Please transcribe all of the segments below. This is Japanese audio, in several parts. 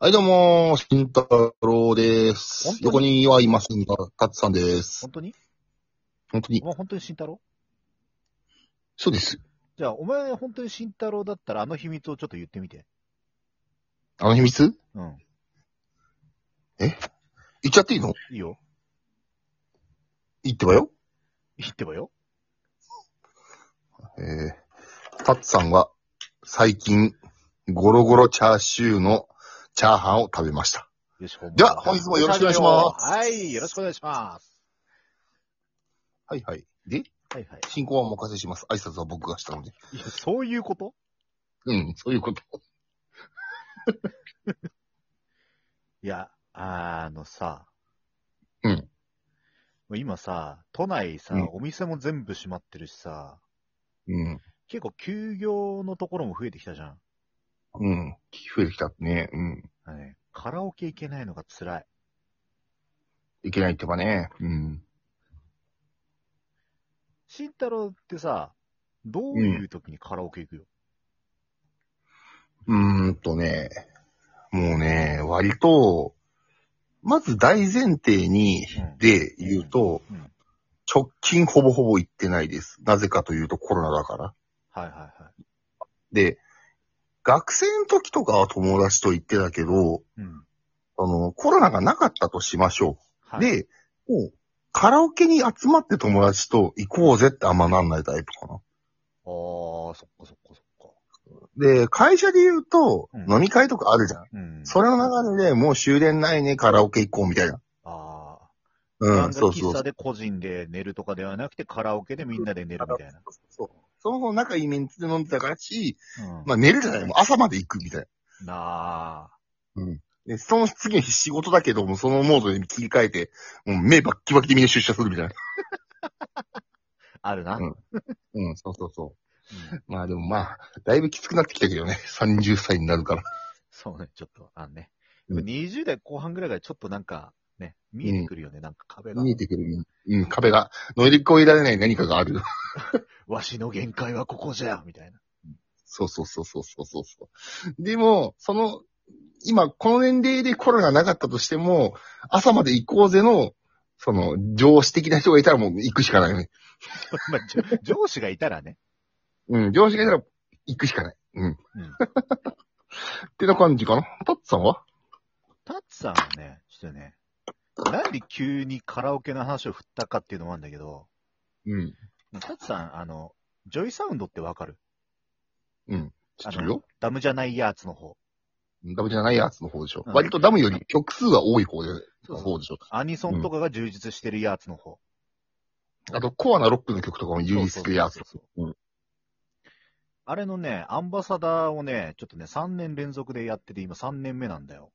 はい、どうもー、慎太郎で本す当。に横にはいませんが、勝さんです本。当に本当にお。前本当に慎太郎そうです。じゃあ、お前本当に慎太郎だったらあの秘密をちょっと言ってみて。あの秘密うん。言っちゃっていいのいいよ。言ってばよ。言ってばよ。えー、勝さんは最近、ゴロゴロチャーシューのチャーハンを食べました。よし、では本日もよろしくお願いしますはい、よろしくお願いします。はいはい。で、はいは進行はお任せします。挨拶は僕がしたので。い。いや、そういうことうん、そういうこと。いや、あのさ。うんもう今さ、都内さ、うんお店も全部閉まってるしさ、うん。結構休業のところも増えてきたじゃん。うん。増えてきたね。うん。あのね、カラオケ行けないのが辛い。いけないってばね。うん。慎太郎ってさ、どういう時にカラオケ行くよ。うーんとね、もうね、割と、まず大前提に、うんで言うと、うん直近ほぼほぼ行ってないです。なぜかというとコロナだから。はいはいはい。で、学生の時とかは友達と行ってたけど、うん。あの、コロナがなかったとしましょはう。い、で、もう、カラオケに集まって友達と行こうぜってあんまなんないタイプかな。あー、そっかそっかそっか。で、会社で言うと、うん飲み会とかあるじゃん。うん。それの流れでもう終電ないね、カラオケ行こうみたいな。ああ。う漫ん、そ画うそ喫う茶。で個人で寝るとかではなくて、カラオケでみんなで寝るみたいな。そう。その後仲いいメンツで飲んでたからし、うん。まあ寝るじゃない、もう朝まで行くみたいなあ。な。うん。で、その次の日仕事だけども、そのモードに切り替えて、もう目バッキバキでみんな出社するみたいな。あるな。うんうん、そうそうそう。まあでもまあ、だいぶきつくなってきたけどね、30歳になるから。そうね、ちょっと、あのね。うん20代後半ぐらいがちょっとなんか、ね、見えてくるよね、なんか壁が見。えてくる。うん、壁が、乗り越えられない何かがある。わしの限界はここじゃみたいな。 そうそうそうそうそうそうそう。でも、その、今、この年齢でコロナなかったとしても、朝まで行こうぜの、その、上司的な人がいたらもう行くしかないよね。まあ、じょ上司がいたらね。うん、上司がいたら行くしかない。うん。 ってな感じかな。タッツさんはタッツさんはね、ちょっとね、なんで急にカラオケの話を振ったかっていうのもあるんだけど、うん。タッツさん、あの、ジョイサウンドってわかるうん。知ってるよ。ダムじゃないやつの方。ダムじゃないやつの方でしょ。うん割とダムより曲数が多い方で、方でしょ。アニソンとかが充実してるやつの方。あと、コアなロックの曲とかもユースしてるやつそう。そうそううんあれのね、アンバサダーをね、ちょっとね、3年連続でやってて、今3年目なんだよ。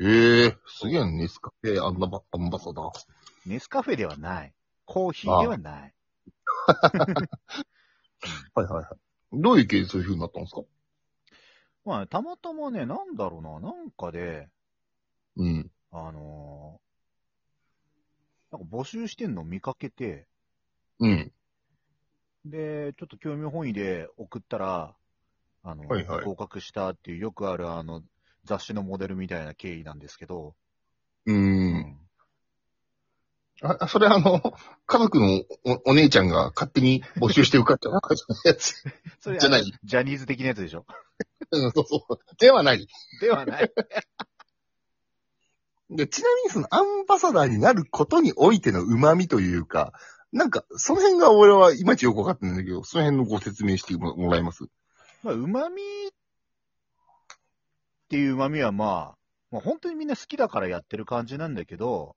ええすげえんですか。ええあんなバアンバサダー。ネスカフェではない。コーヒーではない。はいはいはい。どういう経緯でそういう風になったんですかまあ、たまたまね、なんだろうな、なんかで、うん。あのーなんか募集してんの見かけて、うん。で、ちょっと興味本位で送ったら、あの、はいはい合格したっていう、よくあるあの、雑誌のモデルみたいな経緯なんですけど、う。うんあ、それあの、 家族のおお姉ちゃんが勝手に募集して受かった中じゃないやつ。それじゃないあのジャニーズ的なやつでしょうんそうそう。ではない。で はない。で、ちなみにそのアンバサダーになることにおいての旨味というか、なんか、その辺が俺はいまいちよくわかってないんだけど、その辺のご説明してももらえますまあ、旨味っていう旨味はまあ、まあ、本当にみんな好きだからやってる感じなんだけど、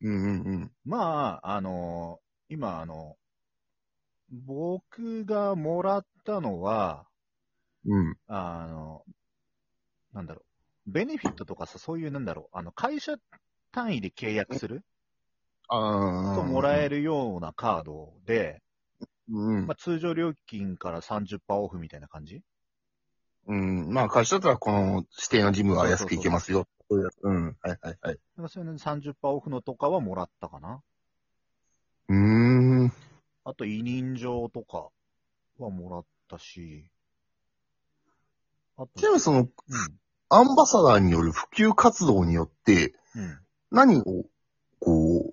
うんうんまあ、あの今、あの、僕がもらったのは、うん。うん。あの、なんだろう、ベネフィットとかさ、そういうなんだろう、あの、会社単位で契約するあともらえる。るようなカードで、うんまあ、。通常料金から30%オフみたいな感じうん。まあ、会社だったらこの指定のジムは安くいけますよ。そういうやつうん。はいはいはい。なんかそういうの30%オフのとかはもらったかな。うーん。あと、委任状とかはもらったし、あと、ちなみにその、うん、アンバサダーによる普及活動によって、うん。何を、こう、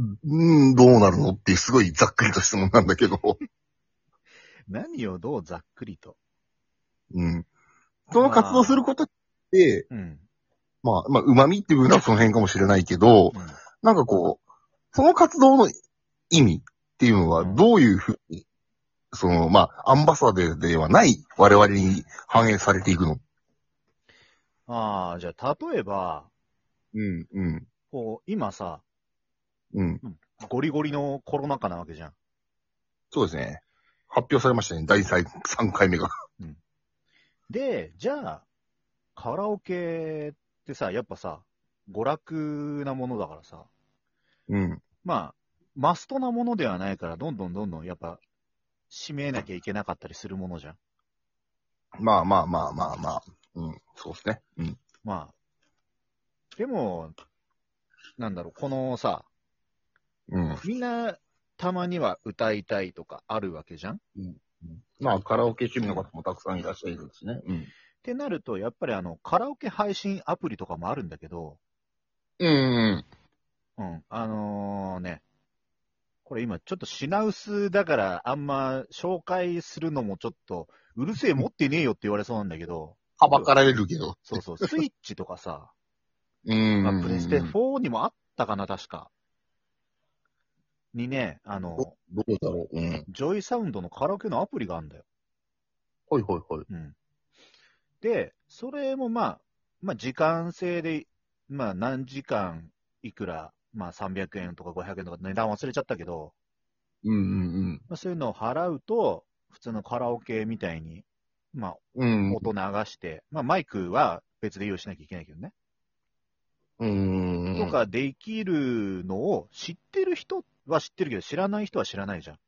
うん、どうなるのっていうすごいざっくりと質問なんだけど、 何をどうざっくりと。うん。その活動することって、うん。まあ、まあ、旨味っていうのはその辺かもしれないけど、うんなんかこう、その活動の意味っていうのはどういうふうに、その、まあ、アンバサダーではない我々に反映されていくのああ、じゃあ、例えば、うん、うん、こう、今さ、うん。ゴリゴリのコロナ禍なわけじゃん。そうですね。発表されましたね。第3回目が。で、じゃあ、カラオケってさ、やっぱさ、娯楽なものだからさ、うん。まあ、マストなものではないから、どんどんどんどんやっぱ、締めなきゃいけなかったりするものじゃん。まあまあまあまあまあ。うん。そうですね。うん。まあ。でも、なんだろう、このさ、うん。みんな、たまには歌いたいとかあるわけじゃんっまあ、カラオケ趣味の方もたくさんいらっしゃいるんですね。うん。てなると、やっぱりあの、カラオケ配信アプリとかもあるんだけど、うん。うん、あのーね、これ今ちょっと品薄だから、あんま紹介するのもちょっと、うるせえ持ってねえよって言われそうなんだけど、はばかられるけど。そ うそう、スイッチとかさ、うんまあ、プレステ4にもあったかな、確か。にね、あの、どうだろう。うん。ジョイサウンドのカラオケのアプリがあるんだよ。ほいほいほい。うん。で、それもまあ、まあ時間制で、まあ何時間いくら、まあ300円とか500円とか値段忘れちゃったけど、うんうんまあ、そういうのを払うと、普通のカラオケみたいに、まあうん。音流して、まあマイクは別で用意しなきゃいけないけどね。うん。とかできるのを知ってる人は知ってるけど、知らない人は知らないじゃん。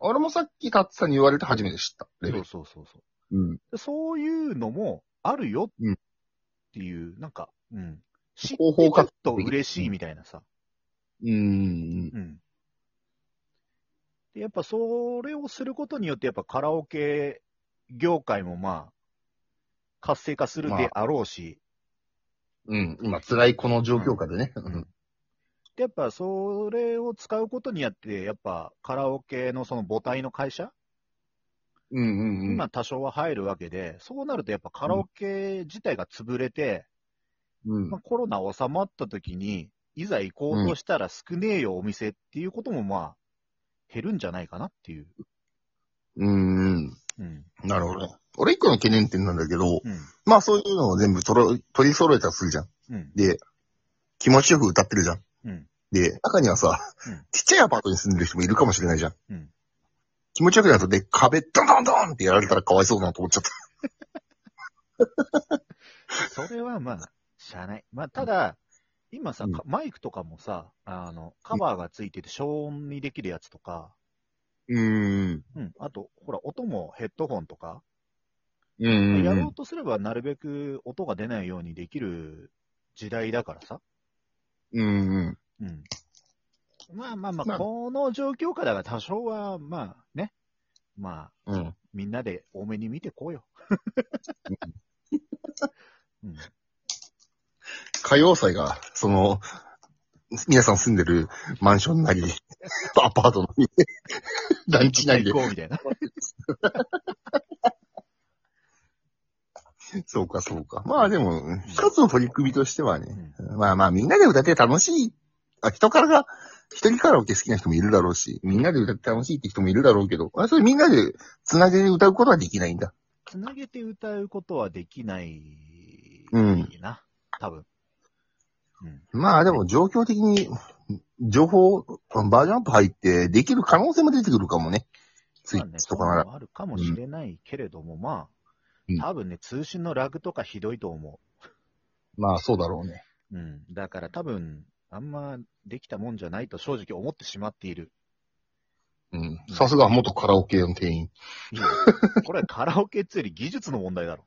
俺もさっきタッツさんに言われて初めて知った。そうそうそうそう。うん。でそういうのもあるようんっていう、なんか、うん。知って広報ちょっ活と動できる嬉しいみたいなさ。うん。うん。で、やっぱそれをすることによって、やっぱカラオケ業界もまあ、活性化するであろうし、うん。今、辛いこの状況下でね。んで、やっぱそれを使うことによって、やっぱカラオケのその母体の会社、うんうんうん。今多少は入るわけで、そうなるとやっぱカラオケ自体が潰れて、うんまあ、コロナ収まった時に、いざ行こうとしたら少ねえよ、お店っていうこともまあ、減るんじゃないかなっていう。うんうん。うん。なるほど。俺一個の懸念点なんだけど、うん。まあそういうのを全部とろ取り揃えたらするじゃん。うん。で、気持ちよく歌ってるじゃん。うん。で、中にはさうん、ちっちゃいアパートに住んでる人もいるかもしれないじゃん。うん気持ちよくなると、で、壁ドンドンドンってやられたらかわいそうだなと思っちゃった。それはまあ、しゃあない。まあ、ただ、今さ、うんかマイクとかもさ、あの、カバーがついてて消音にできるやつとか、うん。うん。あと、ほら、音もヘッドホンとか、うやろんう。とすればなるべく音が出ないようにできる時代だからさ。うん。うん。まあまあまあ、まあこの状況下だから多少は、まあね、まあ、うん。みんなで多めに見てこうよ。うん、歌謡祭が、その、皆さん住んでるマンションなり、 アパートの、団地なりで行、こうみたい な。そうかそうか。まあでも、一つの取り組みとしてはね、うまあまあみんなで歌って楽しい、あ、人からが、一人カラオケ好きな人もいるだろうし、みんなで歌って楽しいって人もいるだろうけど、あそれみんなで繋げて歌うことはできないんだ。つなげて歌うことはできないうんな、多分。うん、まあでも状況的に、情報、バージョンアップ入って、できる可能性も出てくるかもね。ツイまあッねチとかならそういうの。もあるかもしれないけれども、まうんあ、多分ね、通信のラグとかひどいと思まあそうだろうね。う。うん、だから多分、あんまできたもんじゃないと正直思ってしまって いる。うん。さすが元カラオケの店員。いやこれはカラオケっつうより技術の問題だろ。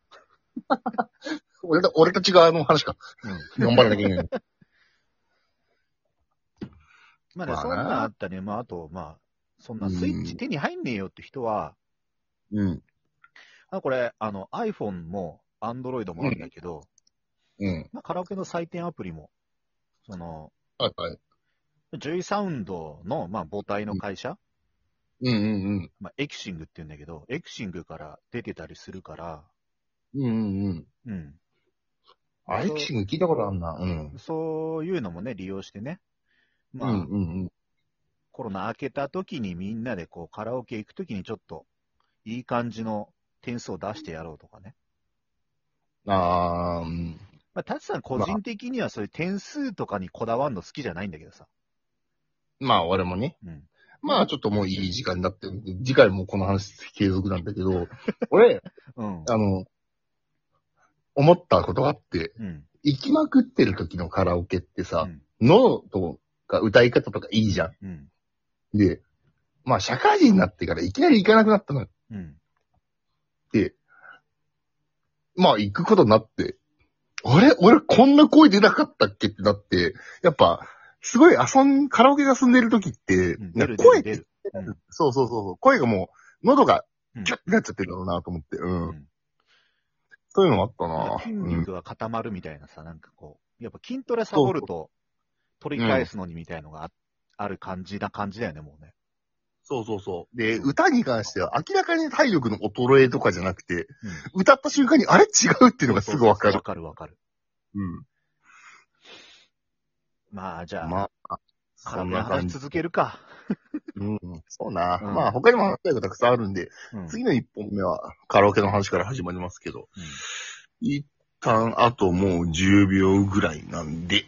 俺た俺たち側の話か。うん頑張らなきゃいけない。まあね、まあそんななんあったね。まあ、あと、まあ、そんなスイッうチん手に入んねえよって人は、うん。あこれ、あの、iPhone もアンドロイドもあるんだけど、うん。まあ、カラオケの採点アプリも、その、はいはい。 J サウンドの、まあ、母体の会社、うんうんまあ、エキシングって言うんだけど、エキシングから出てたりするから、うん。うんうんうん。うん。あ、エキシング聞いたことあんな。うん。そういうのもね、利用してね、まあ、うんうんコロナ明けた時にみんなでこうカラオケ行く時にちょっといい感じの点数を出してやろうとかね。うん。あー、うん。まあ、タチさん個人的にはそういう点数とかにこだわるの好きじゃないんだけどさ。まあ俺もね。うん。まあちょっともういい時間になってるんで、次回もこの話継続なんだけど、 俺、うん。あの、思ったことがあって、うん。行きまくってる時のカラオケってうさ、ん。喉とか歌い方とかいいじゃん。うん。で、まあ社会人になってからいきなり行かなくなったのよ。うん。で、まあ行くことになって、あれ俺こんな声出なかったっけってなって、やっぱ、すごい遊ん、カラオケが進んでる時って、うんな出んるか出声る出る。うん。そうそうそうそう。声がもう、喉が、うんキュッてなっちゃってるだろうなと思って。うん。うんそういうのもあったなんかな。筋うん。肉が固まるみたいなさ、なんかこう、やっぱ筋トレサボると取り返すのにみたいのがあ,、ある感じな感じだよね、もうね。そうそうそう。で、歌に関しては明らかに体力の衰えとかじゃなくて、うん。歌った瞬間にあれ違うっていうのがすぐわかるわ。かるわかる。うん。まあ、じゃあ、まあ、カラそオんケのな感話じ。続けるか。うん。そうな。うんまあ他にも話したいことたくさんあるんで、うん。次の一本目はカラオケの話から始まりますけど、一旦あともう10秒ぐらいなんで、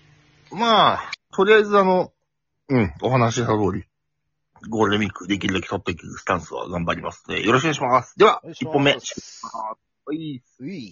まあ、とりあえずあの、うん、お話しした通り、ゴールデンウィークできるだけ取っていくスタンスは頑張りますね。よろしくお願いします。では、うん一本目。よいしょはい。うい